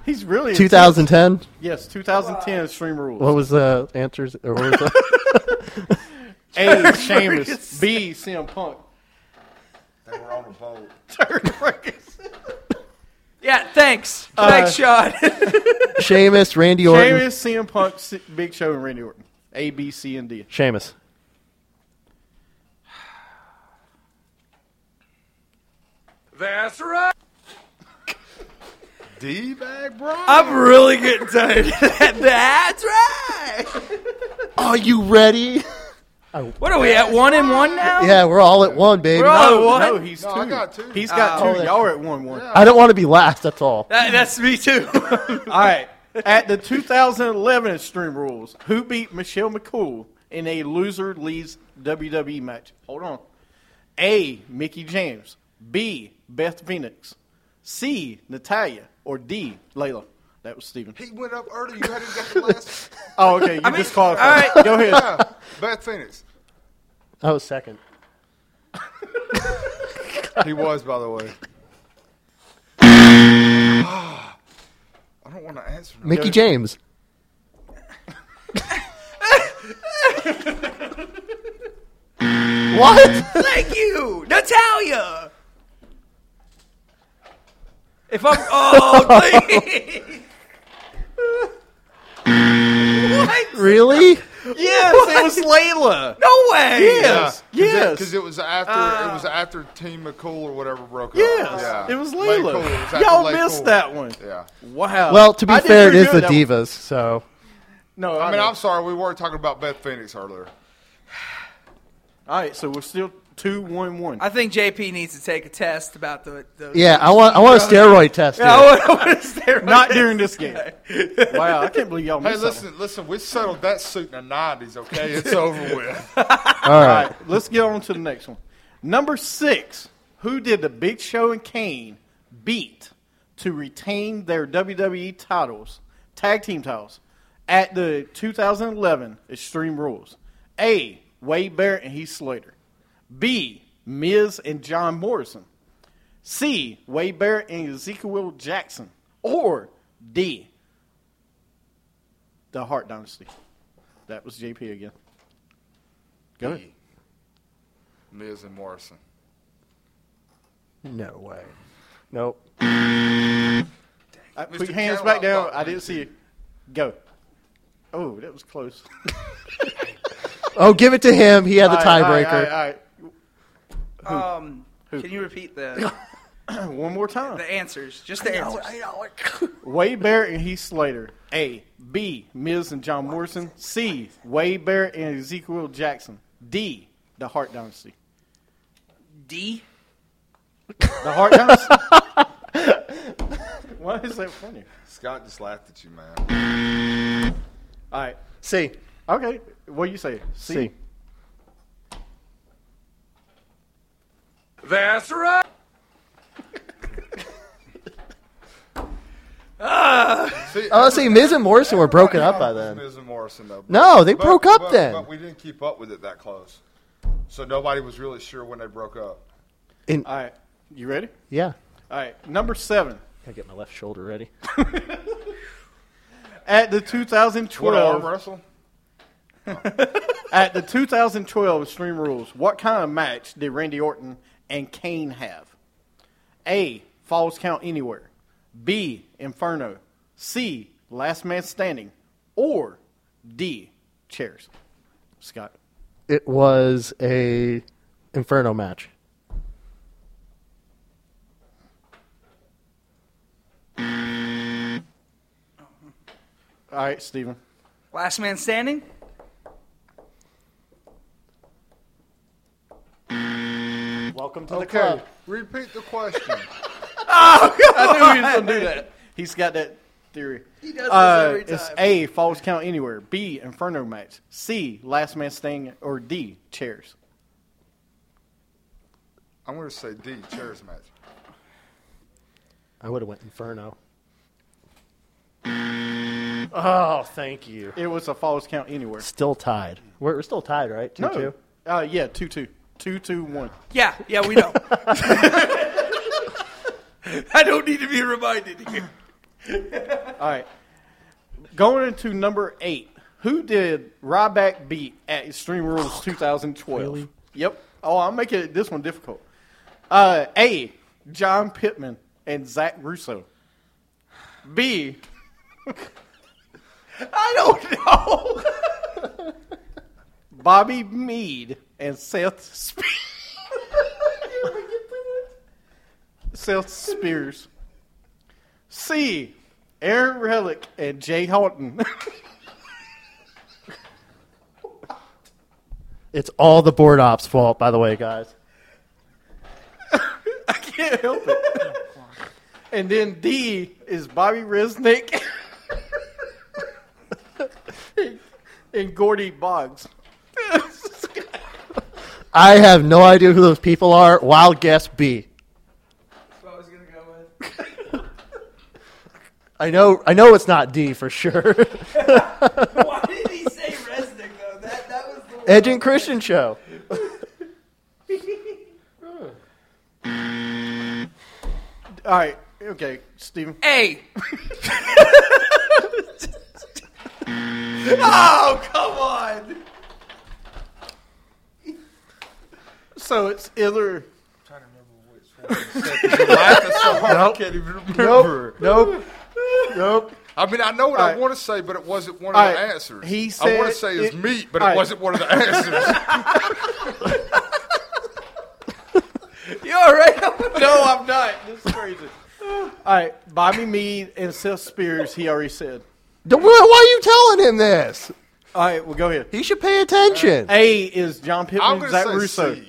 [SPEAKER 1] he's really
[SPEAKER 3] 2010.
[SPEAKER 1] Yes, 2010 Extreme Rules.
[SPEAKER 3] What was the answers? Or what was the,
[SPEAKER 1] A. Sheamus. B. CM Punk.
[SPEAKER 4] They were on a boat.
[SPEAKER 6] Yeah, thanks. thanks, Sean.
[SPEAKER 3] Sheamus, Randy Orton.
[SPEAKER 1] Sheamus, CM Punk, C- Big Show, and Randy Orton. A, B, C, and D.
[SPEAKER 3] Sheamus.
[SPEAKER 2] That's right.
[SPEAKER 4] D bag, bro.
[SPEAKER 6] I'm really getting tired. of that. That's right.
[SPEAKER 3] Are you ready?
[SPEAKER 6] What are we at? One and one now?
[SPEAKER 3] Yeah, we're all at one, baby.
[SPEAKER 6] We're all-
[SPEAKER 1] No,
[SPEAKER 6] Oh, what?
[SPEAKER 1] no, he's
[SPEAKER 4] No,
[SPEAKER 1] two.
[SPEAKER 4] I got two.
[SPEAKER 1] He's got
[SPEAKER 3] Oh,
[SPEAKER 1] two.
[SPEAKER 3] that's-
[SPEAKER 1] Y'all are at one one.
[SPEAKER 3] I don't want to be last. That's all.
[SPEAKER 6] That- that's me too.
[SPEAKER 1] All right. At the 2011 Extreme Rules, who beat Michelle McCool in a loser leaves WWE E match? Hold on. A. Mickey James. B. Beth Phoenix. C. Natalia. Or D. Layla. That was Steven.
[SPEAKER 4] He went up early. You hadn't got the last.
[SPEAKER 1] Oh, okay. You disqualified.
[SPEAKER 6] all right.
[SPEAKER 1] Go ahead.
[SPEAKER 4] Yeah, Beth Phoenix.
[SPEAKER 3] I was second.
[SPEAKER 4] He was, by the way. I don't want to answer. No.
[SPEAKER 3] Mickey James. what?
[SPEAKER 6] Thank you, Natalia. If I'm oh, please. what?
[SPEAKER 3] Really?
[SPEAKER 1] Yes, it was Layla.
[SPEAKER 6] No way.
[SPEAKER 1] Yes. Yes. Ah.
[SPEAKER 4] because it was after it was after Team McCool or whatever broke up.
[SPEAKER 1] yes.
[SPEAKER 4] Yeah,
[SPEAKER 1] It was
[SPEAKER 4] Lay
[SPEAKER 1] Layla.
[SPEAKER 4] Cool. It was after
[SPEAKER 1] Y'all
[SPEAKER 4] Lay
[SPEAKER 1] missed
[SPEAKER 4] Cool.
[SPEAKER 1] that one.
[SPEAKER 4] Yeah,
[SPEAKER 1] Wow.
[SPEAKER 3] Well, to be
[SPEAKER 1] I did
[SPEAKER 3] fair, it
[SPEAKER 1] pretty
[SPEAKER 3] is the
[SPEAKER 1] good that one.
[SPEAKER 3] divas. So
[SPEAKER 1] No,
[SPEAKER 4] I mean,
[SPEAKER 1] know.
[SPEAKER 4] I'm sorry, we were talking about Beth Phoenix earlier.
[SPEAKER 1] All right, so we're still 2 1 1.
[SPEAKER 6] I think JP needs to take a test about the. the
[SPEAKER 3] yeah, I want I want a steroid test. here.
[SPEAKER 6] I want, I want to stay right
[SPEAKER 1] Not
[SPEAKER 6] there.
[SPEAKER 1] during this game. Wow, I can't believe y'all
[SPEAKER 4] Hey,
[SPEAKER 1] missed that one.
[SPEAKER 4] listen, listen, we settled that suit in the '90s. Okay, it's over with.
[SPEAKER 3] All
[SPEAKER 1] All
[SPEAKER 3] right.
[SPEAKER 1] right, let's get on to the next one. Number six, who did the Big Show and Kane beat to retain their WWE titles, tag team titles, at the 2011 Extreme Rules? A. Wade Barrett and Heath Slater. B. Miz and John Morrison. C. Wade Barrett and Ezekiel Jackson. Or D. The Hart Dynasty. That was JP again. Go ahead.
[SPEAKER 4] Miz and Morrison.
[SPEAKER 3] No way. Nope.
[SPEAKER 1] I, put
[SPEAKER 4] Mr.
[SPEAKER 1] your hands
[SPEAKER 4] Carroll,
[SPEAKER 1] back
[SPEAKER 4] I
[SPEAKER 1] down.
[SPEAKER 4] thought-
[SPEAKER 1] I didn't see you. Go. Oh, that was close.
[SPEAKER 3] Oh, give it to him. He had the
[SPEAKER 1] All right, all right,
[SPEAKER 3] tiebreaker.
[SPEAKER 1] all right,
[SPEAKER 6] Um, can you repeat the
[SPEAKER 1] all right. One more time.
[SPEAKER 6] the answers? Just the answers.
[SPEAKER 1] Wade Barrett and Heath Slater. A. B. Miz and John Morrison. C. Wade Barrett and Ezekiel Jackson. D. The Hart Dynasty.
[SPEAKER 6] D.
[SPEAKER 1] The Hart Dynasty. Why is that funny?
[SPEAKER 4] Scott just laughed at you, man.
[SPEAKER 1] All right.
[SPEAKER 3] See,
[SPEAKER 1] Okay. What do you say? C.
[SPEAKER 3] See.
[SPEAKER 2] That's right.
[SPEAKER 3] Oh, see, Miz and Morrison were broken up by
[SPEAKER 4] Everybody knows
[SPEAKER 3] then.
[SPEAKER 4] Miz and Morrison, though.
[SPEAKER 3] No, they
[SPEAKER 4] But-
[SPEAKER 3] broke up
[SPEAKER 4] but-
[SPEAKER 3] then.
[SPEAKER 4] But we didn't keep up with it that close. So nobody was really sure when they broke up.
[SPEAKER 3] In,
[SPEAKER 1] All right. You ready?
[SPEAKER 3] yeah.
[SPEAKER 1] All right. Number seven.
[SPEAKER 3] Gotta get my left shoulder ready.
[SPEAKER 1] At the
[SPEAKER 4] What arm
[SPEAKER 1] 2012
[SPEAKER 4] wrestle?
[SPEAKER 1] at the 2012 Extreme Rules, what kind of match did Randy Orton and Kane have? A. Falls Count Anywhere. B. Inferno. C. Last Man Standing. Or D. Chairs. Scott.
[SPEAKER 3] It was a Inferno match.
[SPEAKER 1] All right, Steven.
[SPEAKER 6] Last man standing?
[SPEAKER 1] Welcome to the
[SPEAKER 4] Okay, repeat the question.
[SPEAKER 1] I knew he was gonna do that. He's got that theory. He does
[SPEAKER 6] every
[SPEAKER 1] It's A. Falls count anywhere. B. Inferno match. C. Last man standing. Or D. Chairs.
[SPEAKER 4] I'm going to say D, chairs match.
[SPEAKER 3] I would have went Inferno. Oh, thank you.
[SPEAKER 1] It was a falls count anywhere.
[SPEAKER 3] Still tied. We're, we're still tied, right? Two, two?
[SPEAKER 1] Uh, yeah, two two. Two two one.
[SPEAKER 6] Yeah, yeah, we know.
[SPEAKER 5] I don't need to be reminded here.
[SPEAKER 1] All right. Going into number eight. Who did Ryback beat at Extreme Rules 2012?
[SPEAKER 3] Really?
[SPEAKER 1] Yep. Oh, I'm making this one difficult. Uh, A. John Pittman and Zach Russo. B. I don't know. Bobby Mead and Seth Spears. Seth Spears. C. Aaron Relic and Jay Houghton.
[SPEAKER 3] It's all the board ops' fault, by the way, guys.
[SPEAKER 1] Can't help it. and then D is Bobby Resnick and Gordy Boggs.
[SPEAKER 3] I have no idea who those people are. Wild guess B.
[SPEAKER 6] what I was gonna go with.
[SPEAKER 3] I know. I know it's not D for sure.
[SPEAKER 6] Why did he say Resnick though? That that was the
[SPEAKER 3] Edge and Christian show.
[SPEAKER 1] All right. Okay, Steven.
[SPEAKER 6] A.
[SPEAKER 5] Oh, come on.
[SPEAKER 1] So it's either.
[SPEAKER 4] Laughing so hard, I can't even remember.
[SPEAKER 1] Nope. nope.
[SPEAKER 4] I mean, I know what I
[SPEAKER 1] Alright.
[SPEAKER 4] want to say, but it wasn't one of
[SPEAKER 1] Alright,
[SPEAKER 4] the answers.
[SPEAKER 1] he
[SPEAKER 4] I want
[SPEAKER 1] said
[SPEAKER 4] to say it's
[SPEAKER 1] it-
[SPEAKER 4] meat, but
[SPEAKER 1] alright.
[SPEAKER 4] it wasn't one of the answers.
[SPEAKER 1] You all right? no, I'm not. This is crazy. All right. Bobby Mead and Seth Spears, he already said.
[SPEAKER 3] Why, why are you telling him this?
[SPEAKER 1] All right, well, go ahead.
[SPEAKER 3] He should pay attention.
[SPEAKER 1] A is John Pittman
[SPEAKER 4] I'm
[SPEAKER 1] and
[SPEAKER 4] going
[SPEAKER 1] Zach
[SPEAKER 4] to say
[SPEAKER 1] Russo.
[SPEAKER 4] C.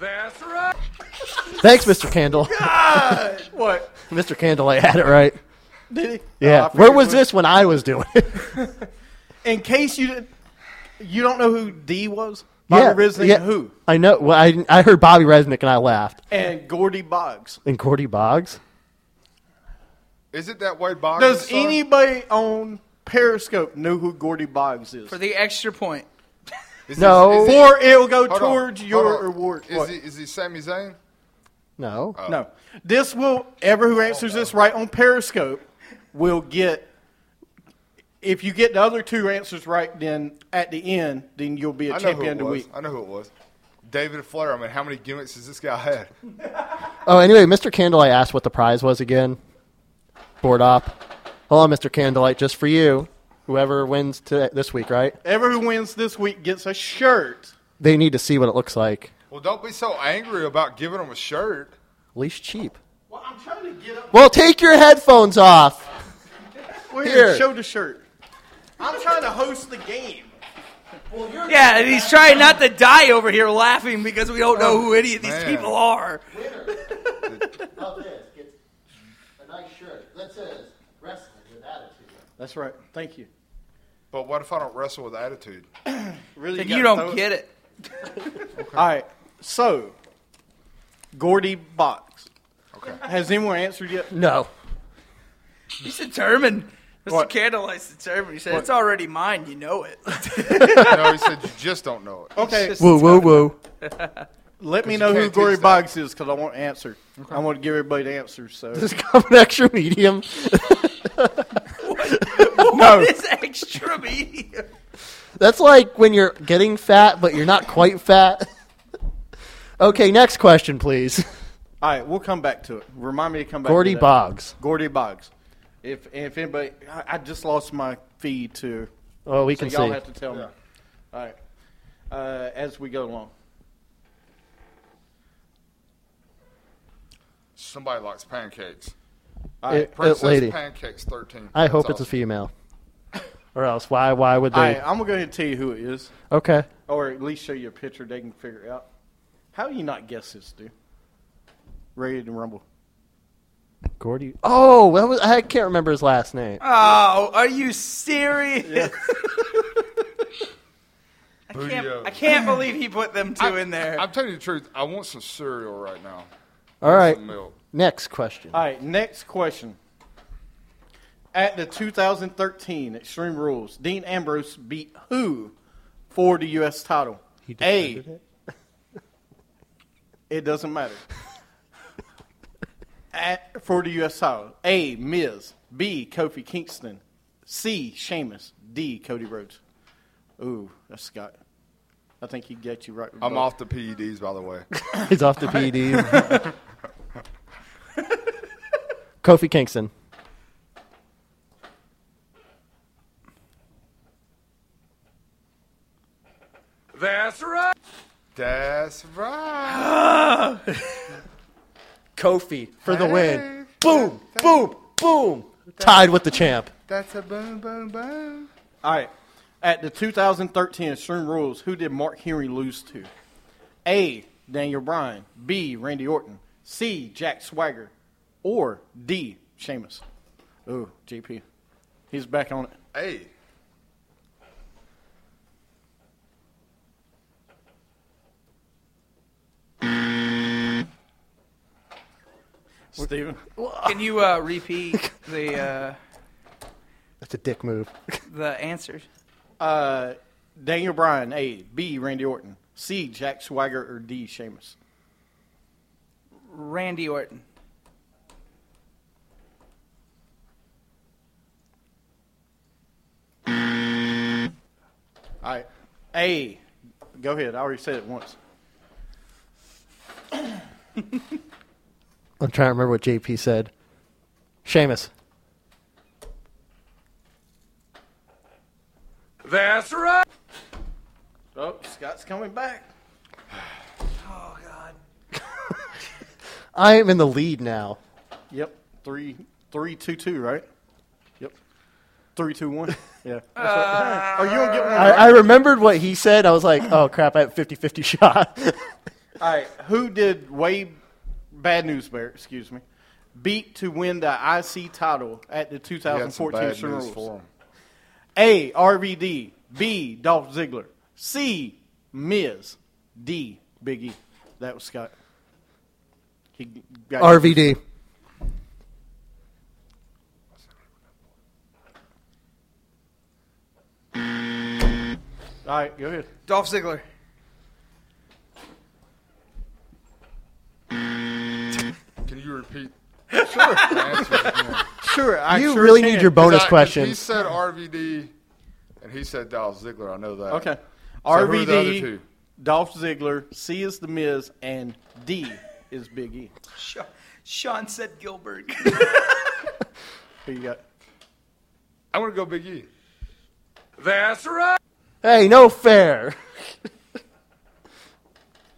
[SPEAKER 2] That's right.
[SPEAKER 3] Thanks, Mr. Candle.
[SPEAKER 1] Ah, What?
[SPEAKER 3] Mr. Candle, I had it right.
[SPEAKER 1] Did he?
[SPEAKER 3] Yeah.
[SPEAKER 1] Oh, I
[SPEAKER 3] Where
[SPEAKER 1] figured
[SPEAKER 3] was
[SPEAKER 1] it
[SPEAKER 3] this when I was doing it?
[SPEAKER 1] in case you didn't, you don't know who D was? Bobby
[SPEAKER 3] yeah.
[SPEAKER 1] Resnick
[SPEAKER 3] yeah.
[SPEAKER 1] and who?
[SPEAKER 3] I know. Well, I, I heard Bobby Resnick and I laughed.
[SPEAKER 1] And Gordy Boggs.
[SPEAKER 3] And Cordy Boggs?
[SPEAKER 4] Is it that Wade Boggs?
[SPEAKER 1] Does
[SPEAKER 4] son?
[SPEAKER 1] anybody on Periscope know who Gordy Boggs is?
[SPEAKER 6] For the extra point.
[SPEAKER 4] Is he-
[SPEAKER 3] No.
[SPEAKER 4] is he-
[SPEAKER 1] Or it'll go
[SPEAKER 4] hold on,
[SPEAKER 1] towards
[SPEAKER 4] hold
[SPEAKER 1] your
[SPEAKER 4] on.
[SPEAKER 1] reward.
[SPEAKER 4] Is
[SPEAKER 1] What?
[SPEAKER 4] he, is he Sami Zayn?
[SPEAKER 3] No.
[SPEAKER 1] No. This will, ever who answers this right on Periscope will get, if you get the other two answers right, then at the end, then you'll be a
[SPEAKER 4] I know who
[SPEAKER 1] champion of
[SPEAKER 4] it
[SPEAKER 1] the
[SPEAKER 4] was.
[SPEAKER 1] week.
[SPEAKER 4] I know who it was. David Flair. I mean, how many gimmicks has this guy had?
[SPEAKER 3] Oh, anyway, Mr. Candlelight asked what the prize was again. Board op. Hold on, Mr. Candlelight, just for you. Whoever wins to this week, right?
[SPEAKER 1] Ever who wins this week gets a shirt.
[SPEAKER 3] They need to see what it looks like.
[SPEAKER 4] Well, don't be so angry about giving him a shirt.
[SPEAKER 3] Least cheap.
[SPEAKER 1] Well, I'm trying to get up.
[SPEAKER 3] Well, take your headphones off.
[SPEAKER 1] Well, here,
[SPEAKER 3] here.
[SPEAKER 1] show the shirt. I'm trying to host the game.
[SPEAKER 6] Yeah, and he's trying not to die over here laughing because we don't know who any of these
[SPEAKER 4] man.
[SPEAKER 6] people are.
[SPEAKER 1] That's right. Thank you.
[SPEAKER 4] But what if I don't wrestle with attitude?
[SPEAKER 1] Really,
[SPEAKER 6] If
[SPEAKER 1] gotta
[SPEAKER 6] you
[SPEAKER 1] throw
[SPEAKER 6] don't get it.
[SPEAKER 1] All right. So, Gordy Box.
[SPEAKER 4] Okay.
[SPEAKER 1] Has anyone answered yet?
[SPEAKER 3] No.
[SPEAKER 6] He's determined. Mr.
[SPEAKER 1] What?
[SPEAKER 6] Candlelight's determined. He said, "It's already mine. You know it."
[SPEAKER 4] no, he said you just don't know it.
[SPEAKER 1] Okay.
[SPEAKER 3] Whoa, whoa, whoa.
[SPEAKER 1] Let me know who
[SPEAKER 4] can't
[SPEAKER 1] Gordy
[SPEAKER 4] teach that.
[SPEAKER 1] Box is because I want answer. I want to give everybody the answer. So
[SPEAKER 3] Does it come an extra medium?
[SPEAKER 1] no,
[SPEAKER 6] it's extra medium.
[SPEAKER 3] That's like when you're getting fat, but you're not quite fat. okay, next question, please.
[SPEAKER 1] All right, we'll come back to it. Remind me to come back.
[SPEAKER 3] Gordy
[SPEAKER 1] to that.
[SPEAKER 3] Boggs.
[SPEAKER 1] Gordy Boggs. If if anybody, I, I just lost my feed to.
[SPEAKER 3] Oh, we
[SPEAKER 1] So
[SPEAKER 3] can
[SPEAKER 1] y'all
[SPEAKER 3] see.
[SPEAKER 1] have to tell me. All right, uh, as we go along.
[SPEAKER 4] Somebody likes pancakes.
[SPEAKER 1] All
[SPEAKER 3] It-
[SPEAKER 1] right,
[SPEAKER 3] it-
[SPEAKER 4] Princess
[SPEAKER 3] Uh, lady.
[SPEAKER 4] Pancakes 13.
[SPEAKER 3] I hope it's
[SPEAKER 4] That's
[SPEAKER 3] a
[SPEAKER 4] awesome.
[SPEAKER 3] female. Or else, why? Why would
[SPEAKER 1] all right,
[SPEAKER 3] they?
[SPEAKER 1] I'm gonna go ahead and tell you who it is,
[SPEAKER 3] Okay.
[SPEAKER 1] or at least show you a picture they can figure it out. How do you not guess this, dude? Ready to rumble.
[SPEAKER 3] Gordy. Oh, that was, I can't remember his last name.
[SPEAKER 1] Ah.
[SPEAKER 6] Oh, are you serious? I
[SPEAKER 4] Booyah.
[SPEAKER 6] can't, I can't believe he put them two in there.
[SPEAKER 4] I'm telling you the truth. I want some cereal right now.
[SPEAKER 3] All right.
[SPEAKER 4] Some milk.
[SPEAKER 3] Next question.
[SPEAKER 1] All right, next question. At the 2013 Extreme Rules, Dean Ambrose beat who for the U.S. title? A. It. doesn't matter. At, for the U.S. title, A. Miz, B. Kofi Kingston, C. Sheamus, D. Cody Rhodes. Ooh, that's Scott. I think he got you right. with
[SPEAKER 4] I'm
[SPEAKER 1] both.
[SPEAKER 4] off the PEDs, by the way.
[SPEAKER 3] He's off E the PD. Kofi Kingston.
[SPEAKER 2] That's right.
[SPEAKER 4] That's right.
[SPEAKER 3] Kofi for the win. Boom, boom, boom. Tied with the champ.
[SPEAKER 4] That's a boom, boom, boom.
[SPEAKER 1] All right. At the 2013 Extreme Rules, who did Mark Henry lose to? A. Daniel Bryan. B. Randy Orton. C. Jack Swagger. Or D. Sheamus. Ooh, GP. He's back on it.
[SPEAKER 4] Hey.
[SPEAKER 1] Steven.
[SPEAKER 6] Can you uh, repeat the uh,
[SPEAKER 3] That's a dick move.
[SPEAKER 6] the answers?
[SPEAKER 1] Uh, Daniel Bryan. A. B. Randy Orton. C. Jack Swagger. Or D. Sheamus.
[SPEAKER 6] Randy Orton.
[SPEAKER 1] All right. A. Go ahead. I already said it once.
[SPEAKER 3] I'm trying to remember what JP said. Seamus.
[SPEAKER 2] That's right.
[SPEAKER 1] Oh, Scott's coming back.
[SPEAKER 3] I am in the lead now.
[SPEAKER 1] Yep. Three, three, two, two, right? Yep. Three, two, one. Yeah. That's right. Are you gonna get one?
[SPEAKER 3] I, I remembered what he said. I was like, oh crap, I have 50 50 shot.
[SPEAKER 1] All right. Who did Wade Bad News Bear? Excuse me. Beat to win the IC title at the
[SPEAKER 4] He had some
[SPEAKER 1] 2014
[SPEAKER 4] bad
[SPEAKER 1] Extreme
[SPEAKER 4] news
[SPEAKER 1] Rules?
[SPEAKER 4] for him.
[SPEAKER 1] A. RVD. B. Dolph Ziggler. C. Miz. D. Big E. That was Scott. He got
[SPEAKER 3] RVD.
[SPEAKER 1] All right. Go ahead.
[SPEAKER 6] Dolph Ziggler.
[SPEAKER 4] Can you repeat? Sure.
[SPEAKER 1] Sure. I
[SPEAKER 3] you
[SPEAKER 1] sure
[SPEAKER 3] really
[SPEAKER 1] can.
[SPEAKER 3] need your bonus question.
[SPEAKER 4] He said RVD, and he said Dolph Ziggler. I know that.
[SPEAKER 1] Okay.
[SPEAKER 4] So who are the other
[SPEAKER 1] RVD,
[SPEAKER 4] two?
[SPEAKER 1] Dolph Ziggler, C is The Miz, and D is Big E.
[SPEAKER 6] Sha- Sean said Gilbert.
[SPEAKER 1] Who you got?
[SPEAKER 4] I'm gonna go Big E.
[SPEAKER 2] That's right.
[SPEAKER 3] Hey, no fair.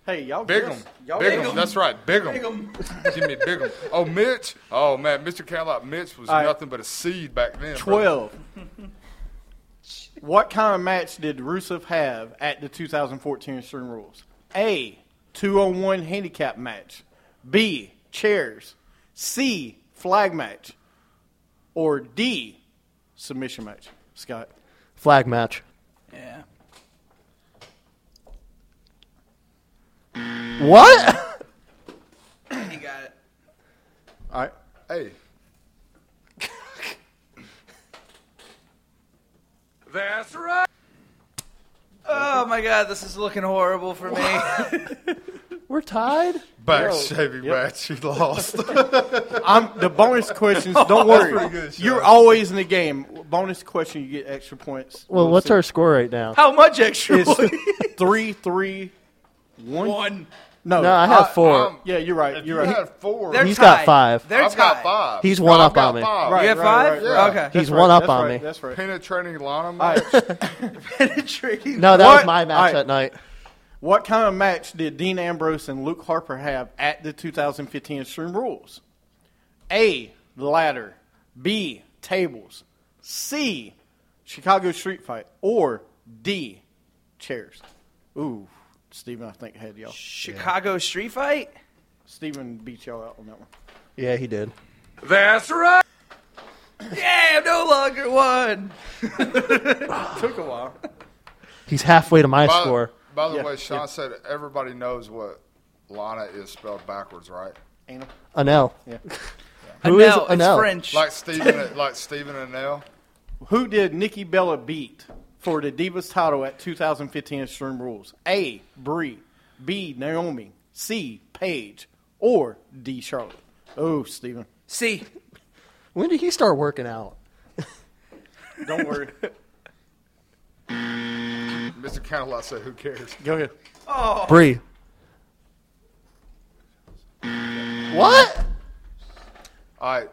[SPEAKER 1] Hey, y'all
[SPEAKER 4] Bigum.
[SPEAKER 1] guess. Y'all guess.
[SPEAKER 4] Bigum. That's right. Bigum. Give me Bigum. Oh, Mitch. Oh man, Mr. Cadillac Mitch was
[SPEAKER 1] All right.
[SPEAKER 4] nothing but a seed back then. brother.
[SPEAKER 1] 12. what kind of match did Rusev have at the 2014 Extreme Rules? A. 201 handicap match. B. Chairs. C. Flag match. Or D. Submission match. Scott.
[SPEAKER 3] Flag match.
[SPEAKER 6] yeah.
[SPEAKER 3] What?
[SPEAKER 6] You got it.
[SPEAKER 1] All right.
[SPEAKER 4] Hey,
[SPEAKER 2] That's right.
[SPEAKER 6] Oh my god, this is looking horrible for me.
[SPEAKER 3] We're tied?
[SPEAKER 4] back shaving match. You lost.
[SPEAKER 1] I'm the bonus questions. Don't worry,
[SPEAKER 4] good,
[SPEAKER 1] you're
[SPEAKER 4] Sean.
[SPEAKER 1] always in the game. Bonus question, you get extra points.
[SPEAKER 3] Well, what's our score right now?
[SPEAKER 6] How much extra?
[SPEAKER 1] It's three, three, one.
[SPEAKER 6] One.
[SPEAKER 1] No, Uh,
[SPEAKER 3] No, I have four.
[SPEAKER 4] I'm-
[SPEAKER 1] yeah, you're right. You're
[SPEAKER 4] you
[SPEAKER 1] right.
[SPEAKER 4] had four.
[SPEAKER 6] They're
[SPEAKER 3] He's got
[SPEAKER 6] tied.
[SPEAKER 3] five.
[SPEAKER 6] They're
[SPEAKER 4] I've
[SPEAKER 6] tied.
[SPEAKER 4] got five.
[SPEAKER 3] He's one
[SPEAKER 4] I've
[SPEAKER 3] up
[SPEAKER 4] got
[SPEAKER 3] on me.
[SPEAKER 4] Five.
[SPEAKER 1] Right.
[SPEAKER 6] You have five?
[SPEAKER 4] yeah.
[SPEAKER 6] Okay.
[SPEAKER 3] He's one up
[SPEAKER 1] That's
[SPEAKER 3] on
[SPEAKER 1] right,
[SPEAKER 3] me.
[SPEAKER 1] That's right.
[SPEAKER 4] Penetrating Lana.
[SPEAKER 1] All
[SPEAKER 4] match.
[SPEAKER 1] right.
[SPEAKER 6] Penetrating.
[SPEAKER 3] No, that was
[SPEAKER 1] What?
[SPEAKER 3] my match
[SPEAKER 1] All right.
[SPEAKER 3] that night.
[SPEAKER 1] What kind of match did Dean Ambrose and Luke Harper have at the 2015 Extreme Rules? A. The ladder. B. Tables. C. Chicago Street Fight. Or D. Chairs. Ooh, Steven, I think had y'all.
[SPEAKER 6] Chicago street fight.
[SPEAKER 1] Steven beat y'all out on that one.
[SPEAKER 3] Yeah, he did.
[SPEAKER 2] That's right.
[SPEAKER 6] Yeah, I'm no longer one.
[SPEAKER 1] Took a while.
[SPEAKER 3] He's halfway to my
[SPEAKER 4] By,
[SPEAKER 3] score.
[SPEAKER 4] by the
[SPEAKER 1] Yeah,
[SPEAKER 4] way, Sean
[SPEAKER 1] yeah.
[SPEAKER 4] said everybody knows what Lana is spelled backwards, right?
[SPEAKER 1] Anal.
[SPEAKER 3] Anel.
[SPEAKER 1] uh, Yeah.
[SPEAKER 3] Who is
[SPEAKER 6] Anel, It's
[SPEAKER 3] Anel?
[SPEAKER 6] French.
[SPEAKER 4] Like Stephen, like Stephen and Nell.
[SPEAKER 1] Who did Nikki Bella beat for the Divas title at 2015 Extreme Rules? A. Brie. B. Naomi. C. Paige. Or D. Charlotte. Oh, Steven.
[SPEAKER 6] C.
[SPEAKER 3] When did he start working out?
[SPEAKER 1] Don't worry.
[SPEAKER 4] Mr. Candlelight said, "Who cares?"
[SPEAKER 1] Go ahead.
[SPEAKER 3] Bree. What?
[SPEAKER 4] All right,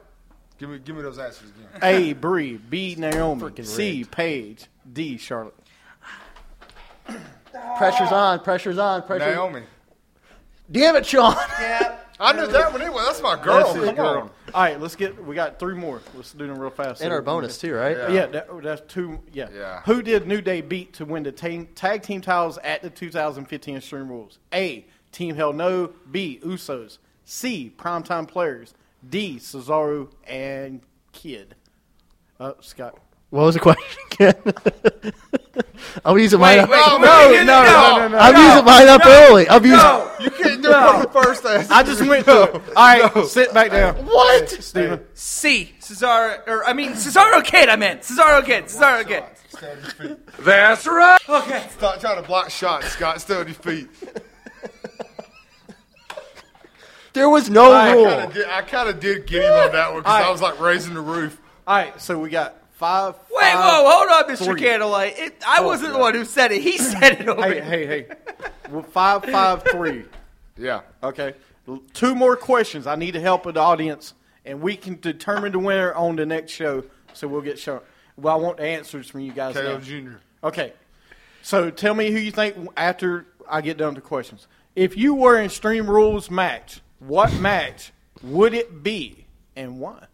[SPEAKER 4] give me give me those answers again.
[SPEAKER 1] A. Brie. B. Naomi. C. Paige. D. Charlotte.
[SPEAKER 3] Pressure's on, pressure's on, pressure's
[SPEAKER 4] Naomi.
[SPEAKER 3] Damn it, Sean.
[SPEAKER 4] I knew that one anyway. That's my girl.
[SPEAKER 3] Oh,
[SPEAKER 1] That's his
[SPEAKER 4] Come
[SPEAKER 1] girl.
[SPEAKER 4] on.
[SPEAKER 1] All right, let's get. We got three more. Let's do them real fast.
[SPEAKER 3] And our bonus, too, right?
[SPEAKER 4] Yeah.
[SPEAKER 1] Yeah, that, oh, that's two. Yeah.
[SPEAKER 4] Yeah.
[SPEAKER 1] Who did New Day beat to win the ta- tag team titles at the 2015 Extreme Rules? A. Team Hell No. B. Usos. C. Primetime Players. D. Cesaro and Kid. Uh, Scott.
[SPEAKER 3] What was the question again? I'm using mine
[SPEAKER 6] Wait,
[SPEAKER 3] up.
[SPEAKER 6] wait,
[SPEAKER 4] No,
[SPEAKER 6] wait,
[SPEAKER 4] no,
[SPEAKER 6] wait,
[SPEAKER 1] no, no, no, no.
[SPEAKER 3] I'm using mine up early. I'm using.
[SPEAKER 4] You can't do it for the first answer.
[SPEAKER 1] I just went through. it. All right, sit back down. What, Steven?
[SPEAKER 6] C. Cesaro, or I mean Cesaro Kid. I meant Cesaro Kid. Cesaro Kid.
[SPEAKER 4] Stand at your feet.
[SPEAKER 2] That's right.
[SPEAKER 6] Okay.
[SPEAKER 4] Stop trying to block shots, Scott. Stay on your feet.
[SPEAKER 3] There was no
[SPEAKER 4] I
[SPEAKER 3] rule.
[SPEAKER 4] kind of did, I kinda did get him on that one because
[SPEAKER 1] All
[SPEAKER 4] I
[SPEAKER 1] right.
[SPEAKER 4] was like raising the roof.
[SPEAKER 1] All right, so we got five.
[SPEAKER 6] Wait,
[SPEAKER 1] five-
[SPEAKER 6] whoa, hold on, Mr.
[SPEAKER 1] three.
[SPEAKER 6] Candlelight. It, I wasn't the one who said it. He said it over
[SPEAKER 1] Hey,
[SPEAKER 6] here.
[SPEAKER 1] hey, hey. Well, five, five, three.
[SPEAKER 4] Yeah.
[SPEAKER 1] Okay. L- Two more questions. I need the help of the audience, and we can determine the winner on the next show. So we'll get shown. Well, I want the answers from you guys.
[SPEAKER 4] KO
[SPEAKER 1] now.
[SPEAKER 4] Jr.
[SPEAKER 1] Okay. So tell me who you think w- after I get done with the questions. If you were in Stream Rules match, what match would it be and why?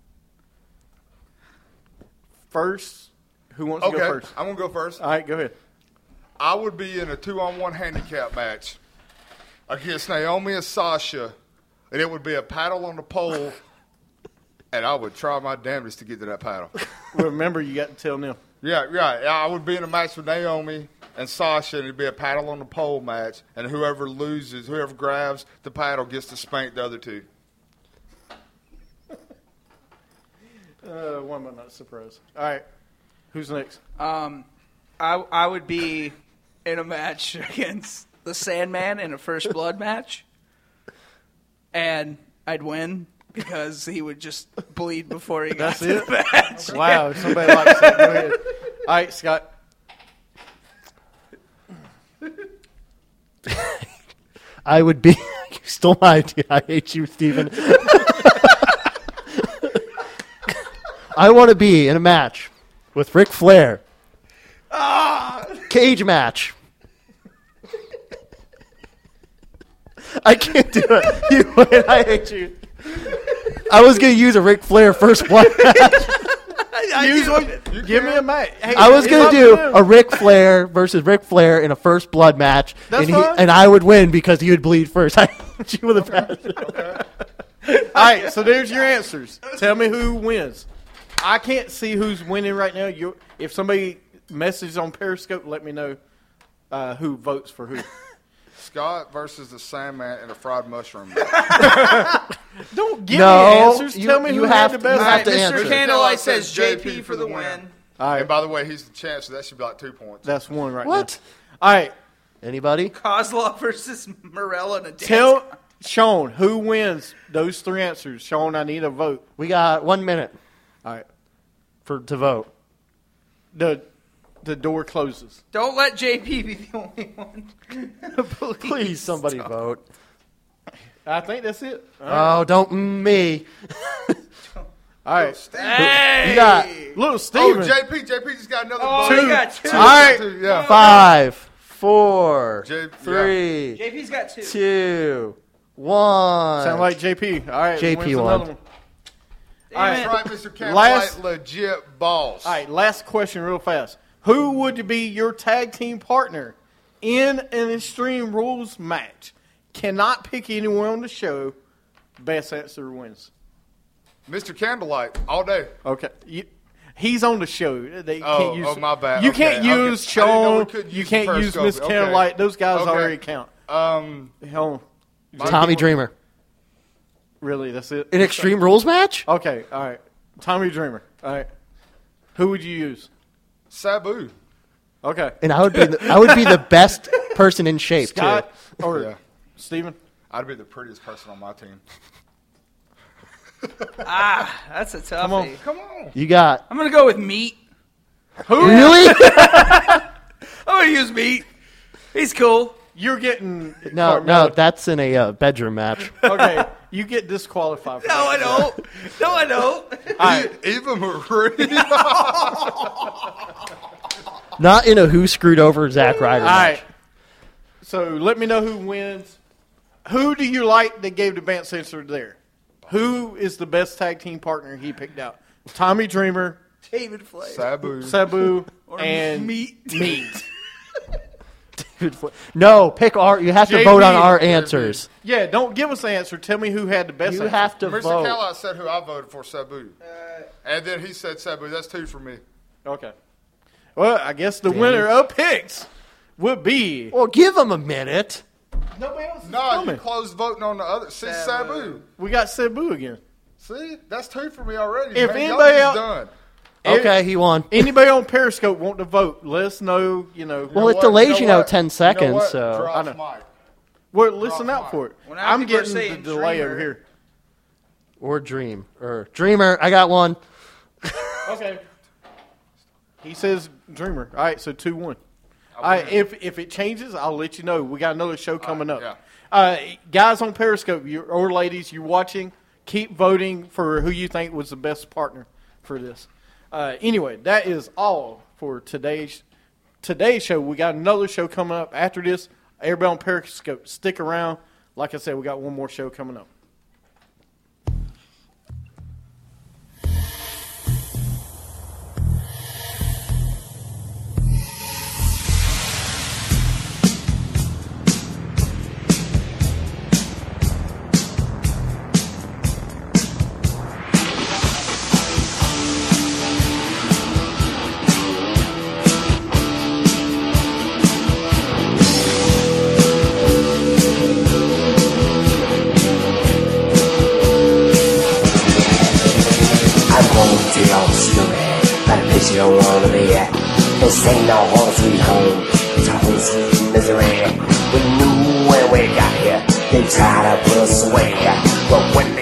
[SPEAKER 1] First, who wants to
[SPEAKER 4] Okay,
[SPEAKER 1] go first?
[SPEAKER 4] I'm gonna go first.
[SPEAKER 1] All right, go ahead.
[SPEAKER 4] I would be in a two-on-one handicap match against Naomi and Sasha, and it would be a paddle on the pole, and I would try my damnedest to get to that paddle.
[SPEAKER 1] Remember, you got to tell them.
[SPEAKER 4] Yeah, right. I would be in a match with Naomi and Sasha, and it'd be a paddle on the pole match, and whoever loses, whoever grabs the paddle, gets to spank the other two.
[SPEAKER 1] Uh, one but not surprised. All right, who's next?
[SPEAKER 6] Um, I I would be in a match against the Sandman in a first blood match, and I'd win because he would just bleed before he got
[SPEAKER 1] That's
[SPEAKER 6] to
[SPEAKER 1] it?
[SPEAKER 6] the match.
[SPEAKER 1] Wow, somebody likes that. Go ahead. All right, Scott.
[SPEAKER 3] I would be. you stole my idea. I hate you, Steven. I want to be in a match with Ric Flair. Cage match. I can't do it. You win. I hate you. I was gonna use a Ric Flair first blood match.
[SPEAKER 1] Use one. Give me a match. Hey,
[SPEAKER 3] I was
[SPEAKER 1] it's
[SPEAKER 3] gonna
[SPEAKER 1] up
[SPEAKER 3] do
[SPEAKER 1] you.
[SPEAKER 3] a Ric Flair versus Ric Flair in a first blood match,
[SPEAKER 1] That's
[SPEAKER 3] and, he,
[SPEAKER 1] fine.
[SPEAKER 3] and I would win because he would bleed first. I hate you with a passion.
[SPEAKER 1] All right, so there's your answers. Tell me who wins. I can't see who's winning right now. You, if somebody messages on Periscope, let me know uh, who votes for who.
[SPEAKER 4] Scott versus the Sandman in a fried mushroom.
[SPEAKER 1] Don't give me
[SPEAKER 3] No,
[SPEAKER 1] answers.
[SPEAKER 3] you-
[SPEAKER 1] Tell me
[SPEAKER 3] you
[SPEAKER 1] who had
[SPEAKER 3] have to-
[SPEAKER 1] the best.
[SPEAKER 3] you
[SPEAKER 6] All
[SPEAKER 3] have
[SPEAKER 6] right,
[SPEAKER 3] to
[SPEAKER 6] Mr.
[SPEAKER 3] answer.
[SPEAKER 6] Candlelight says JP for the win.
[SPEAKER 1] All
[SPEAKER 4] And
[SPEAKER 1] right,
[SPEAKER 4] by the way, he's the champ, so that should be like two points.
[SPEAKER 1] that's one right
[SPEAKER 3] What?
[SPEAKER 1] there. All right,
[SPEAKER 3] Anybody?
[SPEAKER 6] Kozlov versus Morella in a dance.
[SPEAKER 1] tell Sean who wins those three answers. Sean, I need a vote.
[SPEAKER 3] We got one minute
[SPEAKER 1] All right,
[SPEAKER 3] for to vote.
[SPEAKER 1] the the door closes.
[SPEAKER 6] Don't let JP be the only one. Please.
[SPEAKER 3] Please, somebody vote.
[SPEAKER 1] I think that's it. Uh, All
[SPEAKER 3] Oh, don't mm, me.
[SPEAKER 1] right,
[SPEAKER 6] Hey!
[SPEAKER 1] you got little
[SPEAKER 4] Oh,
[SPEAKER 1] Steven.
[SPEAKER 4] JP, JP just got another
[SPEAKER 6] Oh,
[SPEAKER 4] point.
[SPEAKER 6] he got two.
[SPEAKER 1] All right,
[SPEAKER 4] Two, yeah.
[SPEAKER 3] Five, four,
[SPEAKER 4] J- yeah.
[SPEAKER 3] three,
[SPEAKER 6] JP's got two.
[SPEAKER 3] two, one.
[SPEAKER 1] sound like JP. All right,
[SPEAKER 3] JP
[SPEAKER 1] wins another
[SPEAKER 3] won.
[SPEAKER 1] one.
[SPEAKER 6] Damn
[SPEAKER 4] That's
[SPEAKER 6] it.
[SPEAKER 4] right, Mr. Candlelight,
[SPEAKER 1] Last-
[SPEAKER 4] legit boss.
[SPEAKER 1] All right, last question, real fast. Who would be your tag team partner in an Extreme Rules match? Cannot pick anyone on the show. Best answer wins.
[SPEAKER 4] Mr. Candlelight, all day.
[SPEAKER 1] Okay. You, he's on the show. They
[SPEAKER 4] Oh,
[SPEAKER 1] can't use,
[SPEAKER 4] oh, my bad.
[SPEAKER 1] You
[SPEAKER 4] Okay,
[SPEAKER 1] can't
[SPEAKER 4] okay.
[SPEAKER 1] use
[SPEAKER 4] I didn't know we
[SPEAKER 1] Sean.
[SPEAKER 4] couldn't
[SPEAKER 1] You
[SPEAKER 4] use
[SPEAKER 1] can't
[SPEAKER 4] the
[SPEAKER 1] use
[SPEAKER 4] Periscope.
[SPEAKER 1] Miss
[SPEAKER 4] Okay.
[SPEAKER 1] Candlelight. Those guys
[SPEAKER 4] Okay.
[SPEAKER 1] already count.
[SPEAKER 4] Um,
[SPEAKER 1] Hell,
[SPEAKER 3] Tommy Dreamer.
[SPEAKER 1] really, that's it?
[SPEAKER 3] An Extreme Rules match?
[SPEAKER 1] Okay, all right. Tommy Dreamer. All right. Who would you use?
[SPEAKER 4] Sabu.
[SPEAKER 1] Okay.
[SPEAKER 3] And I would be the, I would be the best person in shape
[SPEAKER 1] Scott
[SPEAKER 3] too.
[SPEAKER 1] or
[SPEAKER 4] Yeah.
[SPEAKER 1] Steven?
[SPEAKER 4] I'd be the prettiest person on my team.
[SPEAKER 6] That's a toughie.
[SPEAKER 1] on.
[SPEAKER 4] Come on.
[SPEAKER 3] You got
[SPEAKER 6] I'm going to go with meat.
[SPEAKER 3] really?
[SPEAKER 6] I'm going to use meat. He's cool.
[SPEAKER 1] You're getting.
[SPEAKER 3] no, no, that's in a uh, bedroom match.
[SPEAKER 1] okay, you get disqualified. For
[SPEAKER 6] No,
[SPEAKER 1] that.
[SPEAKER 6] I don't. No, I don't.
[SPEAKER 4] Eva Marie.
[SPEAKER 3] Not in a who screwed over Zack Ryder.
[SPEAKER 1] All
[SPEAKER 3] match.
[SPEAKER 1] right. So let me know who wins. Who do you like that gave the best answer there? Who is the best tag team partner he picked out? Tommy Dreamer,
[SPEAKER 6] David Flair.
[SPEAKER 4] Sabu.
[SPEAKER 1] Sabu, and
[SPEAKER 6] meat.
[SPEAKER 1] Meat.
[SPEAKER 3] No, pick our. You have to
[SPEAKER 1] JB.
[SPEAKER 3] vote on our answers.
[SPEAKER 1] Yeah, don't give us the answer. Tell me who had the best.
[SPEAKER 3] You
[SPEAKER 1] answer.
[SPEAKER 3] have to
[SPEAKER 4] Mr.
[SPEAKER 3] vote.
[SPEAKER 4] Candlelight said who I voted for, Sabu. and then he said Sabu. That's two for me.
[SPEAKER 1] Okay. Well, I guess the winner of picks would be.
[SPEAKER 3] Well, give them a minute.
[SPEAKER 1] Nobody else is
[SPEAKER 4] No,
[SPEAKER 1] coming.
[SPEAKER 4] you closed voting on the other. See, Sabu.
[SPEAKER 1] we got Sabu again.
[SPEAKER 4] See, that's two for me already.
[SPEAKER 1] If
[SPEAKER 4] man. Y'all
[SPEAKER 1] anybody
[SPEAKER 4] just
[SPEAKER 1] else-
[SPEAKER 4] done.
[SPEAKER 3] Okay, he won.
[SPEAKER 1] Anybody on Periscope want to vote? Let us know. You know,
[SPEAKER 3] Well,
[SPEAKER 4] know
[SPEAKER 3] it
[SPEAKER 4] what?
[SPEAKER 3] delays you,
[SPEAKER 4] know
[SPEAKER 3] know
[SPEAKER 4] what?
[SPEAKER 3] ten
[SPEAKER 4] You know
[SPEAKER 3] seconds.
[SPEAKER 4] what?
[SPEAKER 3] so
[SPEAKER 4] Drops
[SPEAKER 1] I know.
[SPEAKER 4] mic.
[SPEAKER 1] we're listen
[SPEAKER 4] Rock
[SPEAKER 1] out
[SPEAKER 4] mic.
[SPEAKER 1] for it.
[SPEAKER 6] When I
[SPEAKER 1] I'm
[SPEAKER 6] people are
[SPEAKER 1] getting the
[SPEAKER 6] saying
[SPEAKER 1] delay
[SPEAKER 6] Dreamer-
[SPEAKER 1] over here.
[SPEAKER 3] or dream or dreamer. I got one.
[SPEAKER 1] Okay. He says Dreamer. All right, so two one. All right, if if it changes, I'll let you know. We got another show coming up.
[SPEAKER 4] yeah.
[SPEAKER 1] Uh, guys on Periscope, you or ladies, you're watching. Keep voting for who you think was the best partner for this. Uh, anyway, that is all for today's today's show. We got another show coming up after this. Everybody on Periscope, stick around. Like I said, we got one more show coming up.
[SPEAKER 7] I won't deal stupid, but a bitch you don't wanna be at. This ain't no home sweet home, it's a home sweet misery. We knew when we got here, they tried to put us away. But when